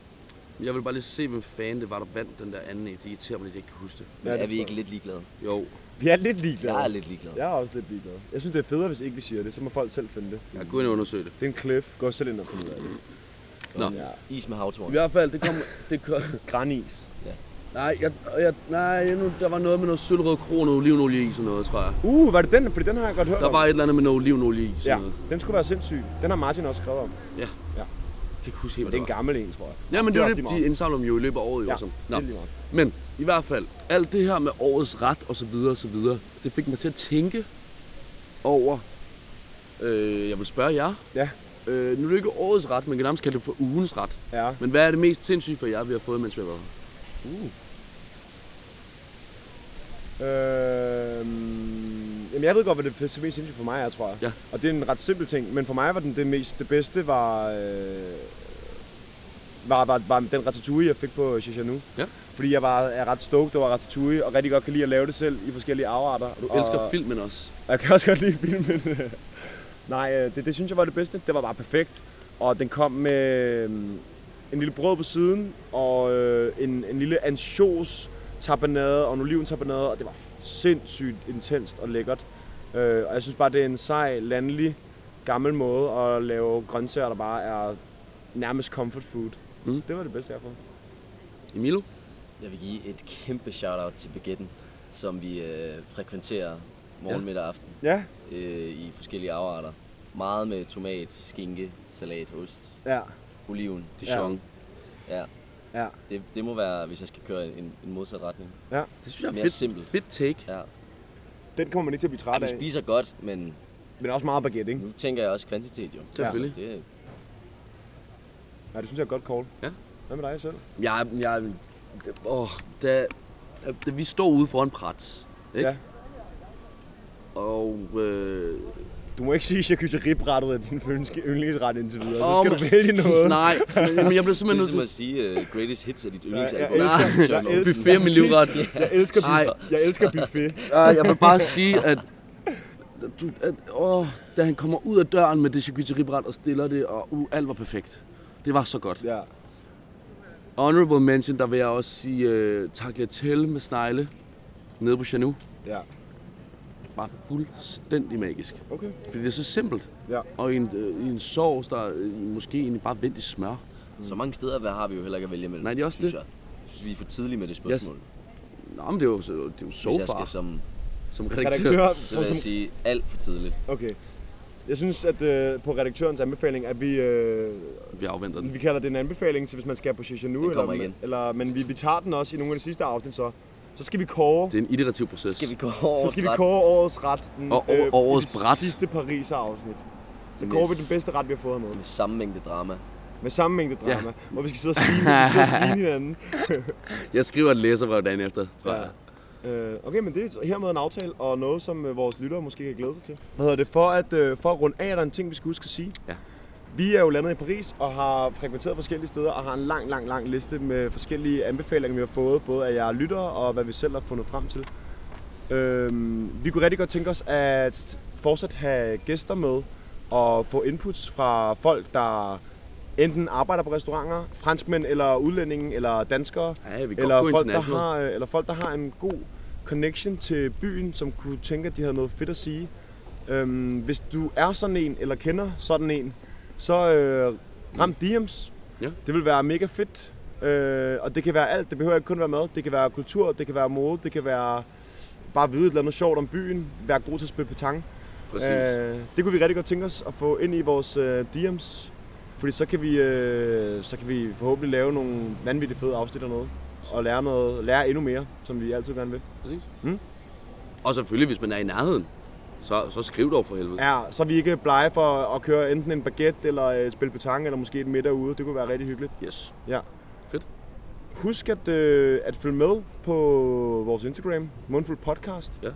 C: Jeg vil bare lige se, hvem fanden det var, der vandt den der anden. Det irriterer mig lidt, at jeg ikke kan huske det.
D: Men
B: Ja, det
D: er vi
B: forstår
D: ikke
B: jeg.
D: lidt ligeglade?
C: Jo,
B: Vi er lidt ligeglade.
D: Jeg er lidt ligeglad.
B: Jeg er også lidt ligeglad. Jeg synes, det er federe, hvis ikke vi siger det. Så må folk selv finde det.
C: jeg har gået ind og undersøgt det.
B: Det er en cliff. Gå selv ind og finde ud af det.
C: Nå.
B: Ja.
D: Is med havtorn.
C: I hvert fald, det kom... Det kom
B: Granis.
C: nej, jeg, jeg, nej nu, der var noget med noget sølvrød kro og noget olivenolie i, sådan noget, tror jeg.
B: Uh, var det den? Fordi den har jeg godt hørt
C: Der
B: om.
C: var et eller andet med noget olivenolie i, sådan
B: Ja,
C: ja. noget.
B: den skulle være sindssyg. Den har Martin også skrevet om. Men
C: Jeg kan ikke huske helt,
B: det
C: hvad
B: er en
C: det var.
B: gammel en, tror jeg.
C: Ja, men det,
B: Det
C: var
B: er
C: det,
B: også lige
C: de indsamler dem jo i løbet af året, jo.
B: Ja,
C: sådan.
B: det
C: Nå.
B: er lige meget.
C: Men i hvert fald, alt det her med årets ret og så videre og så videre, det fik mig til at tænke over, øh, jeg vil spørge jer.
B: Ja.
C: Øh, nu er det ikke årets ret, man kan nærmest kalde det for ugens ret.
B: Ja.
C: Men hvad er det mest sindssyge for jer, vi har fået, mens vi har været her?
B: Øhm, jamen jeg ved godt, hvad det mest sindssyge for mig er, tror jeg.
C: Ja.
B: Og det er en ret simpel ting, men for mig var den det mest, det bedste var, øh, var, var, var den ratatouille, jeg fik på Chichanu.
C: Ja.
B: Fordi jeg var er ret stoked over ratatouille, og rigtig godt kan lide at lave det selv i forskellige afarter.
C: Du elsker filmen også.
B: Og jeg kan også godt lide filmen. Nej, øh, det, det synes jeg var det bedste. Det var bare perfekt. Og den kom med øh, en lille brød på siden, og øh, en, en lille ansjos tabanade og en oliventabanade, og det var sindssygt intenst og lækkert. Øh, og jeg synes bare, det er en sej, landlig, gammel måde at lave grøntsager, der bare er nærmest comfort food.
C: Mm.
B: Mm. Så det var det bedste, jeg har fået.
C: Emilio?
D: Jeg vil give et kæmpe shout-out til Bagetten, som vi øh, frekventerer
C: Ja.
D: morgen, ja. middag og aften
B: Ja,
D: øh, i forskellige afarter. Meget med tomat, skinke, salat, ost,
B: ja,
D: oliven.
C: Dijon. Ja.
D: Ja,
B: ja.
D: det, det må være, hvis jeg skal køre en, en modsat retning.
C: Det synes jeg er
D: Mere
C: fedt,
D: simpelt.
C: fedt take.
D: Ja.
B: Den kommer man ikke til at blive
D: Ja,
B: træt
D: du
B: af,
D: spiser godt, men
B: men også meget baguette, ikke?
D: nu tænker jeg også kvantitet jo.
C: Selvfølgelig.
D: Altså, det,
B: Ja, det synes jeg er godt call.
C: Ja.
B: Hvad med dig selv?
C: Jeg, jeg, åh, da, da vi står ude foran Prats, ikke?
B: Ja.
C: og øh,
B: Du må ikke sige, at charcuteriebrættet er din fynske yndlingsret indtil videre.
C: Åh,
B: Oh, så skal
C: men-
B: du vælge noget.
C: Nej, men men jeg blev
D: det er
C: simpelthen nødt
D: ligesom
C: til...
D: at sige, uh, greatest hits er dit
B: jeg
D: yndlingsalbum.
B: elsker-
D: John
B: jeg
D: Olsen.
B: elsker-
C: Buffet er min livret.
B: Jeg elsker,
C: Ej.
B: buffet. jeg elsker buffet.
C: Ah, Jeg vil bare sige, at, du, at åh, da han kommer ud af døren med det charcuteriebræt og stiller det, og uh, alt var perfekt. Det var så godt.
B: Ja.
C: Honorable mention, der vil jeg også sige uh, tagliatelle med snegle nede på Chanou.
B: ja.
C: Var fuldstændig magisk.
B: Okay.
C: Fordi det er så simpelt.
B: Ja.
C: Og i en, øh, i en sovs, der øh, måske egentlig bare vendt i smør.
D: Så mange steder hvad har vi jo heller ikke at vælge mellem,
C: Nej, det er også
D: synes
C: det.
D: Jeg. Jeg synes, vi er for tidlige med det spørgsmål. Yes.
C: Nå, men det er jo, så- det er jo
D: Hvis jeg
C: sofa
D: skal som,
C: som redaktør.
B: Redaktør.
D: så vil jeg sige alt for tidligt.
B: Okay. Jeg synes, at øh, på redaktørens anbefaling, at vi, øh,
C: Vi afventer den.
B: vi kalder det en anbefaling, så hvis man skal på Shishanu,
D: Den
B: eller,
D: kommer igen.
B: eller, men vi, vi tager den også i nogle af de sidste afsnit, så, så skal vi kåre,
C: Det er en iterativ proces.
D: Skal vi gå over
B: så skal vi
D: træt?
B: kåre årets ret den, øh,
C: Og- og- årets
B: i det
C: bræt.
B: sidste Paris-afsnit. Så
D: Yes.
B: går vi den bedste ret, vi har fået hernede.
D: med samme mængde drama.
B: Med samme mængde
C: Ja.
B: drama, ja. hvor vi skal sidde og svine, vi skal sidde og svine hinanden.
C: Jeg skriver et læserbrev dagen efter, tror ja. jeg.
B: Øh, okay, men det er hermed en aftale, og noget, som øh, vores lyttere måske kan glæde sig til. Hvad hedder det? For at, øh, for at runde af, er der en ting, vi skal huske at sige.
C: Ja.
B: Vi er jo landet i Paris og har frekventeret forskellige steder og har en lang, lang, lang liste med forskellige anbefalinger, vi har fået, både af jer lyttere og hvad vi selv har fundet frem til. Øhm, vi kunne rigtig godt tænke os at fortsat have gæster med og få inputs fra folk, der enten arbejder på restauranter, franskmænd eller udlændinge eller danskere,
C: Ja, vi kan
B: eller
C: godt gå
B: folk, der
C: international.
B: har, øh, eller folk, der har en god connection til byen, som kunne tænke, at de havde noget fedt at sige. Øhm, hvis du er sådan en, eller kender sådan en, så øh, ram DM's.
C: Ja.
B: Det vil være mega fedt. Øh, og det kan være alt. Det behøver ikke kun være mad. Det kan være kultur, det kan være mode, det kan være bare vide et eller andet sjovt om byen. Være god til at spille petanque.
C: Præcis.
B: Øh, det kunne vi rigtig godt tænke os at få ind i vores øh, DM's. øh, Fordi så kan vi, øh, så kan vi forhåbentlig lave nogle vanvittigt fede afsnit og noget. Og lære, noget, lære endnu mere, som vi altid gerne vil.
C: Præcis.
B: Mm.
C: Og selvfølgelig, hvis man er i nærheden, så, så skriv dog for helvede.
B: Ja, så er vi ikke blege for at køre enten en baguette, eller et spil petanque, eller måske et middag ude. Det kunne være rigtig hyggeligt.
C: Yes.
B: Ja.
C: Fedt.
B: Husk at, øh, at følge med på vores Instagram, Mundfuld Podcast.
C: Ja.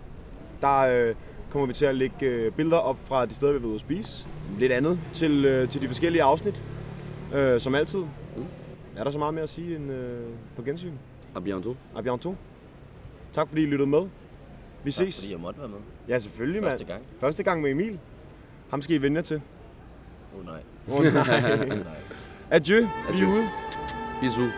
B: Der øh, kommer vi til at lægge øh, billeder op fra de steder, vi har været ude at spise. Lidt andet til, øh, til de forskellige afsnit, øh, som altid. Mm. Er der så meget mere at sige end øh, på gensyn?
C: A bientôt.
B: A bientôt. Tak fordi I lyttede med. Vi
D: Tak
B: ses.
D: fordi jeg måtte være med.
B: Ja, selvfølgelig,
D: Første
B: mand.
D: gang.
B: Første gang med Emil. Ham skal I vende jer til.
D: Åh oh, nej.
B: Oh, nej.
D: nej.
B: Adieu. Vi
C: Adieu.
B: er ude.
C: Bisous.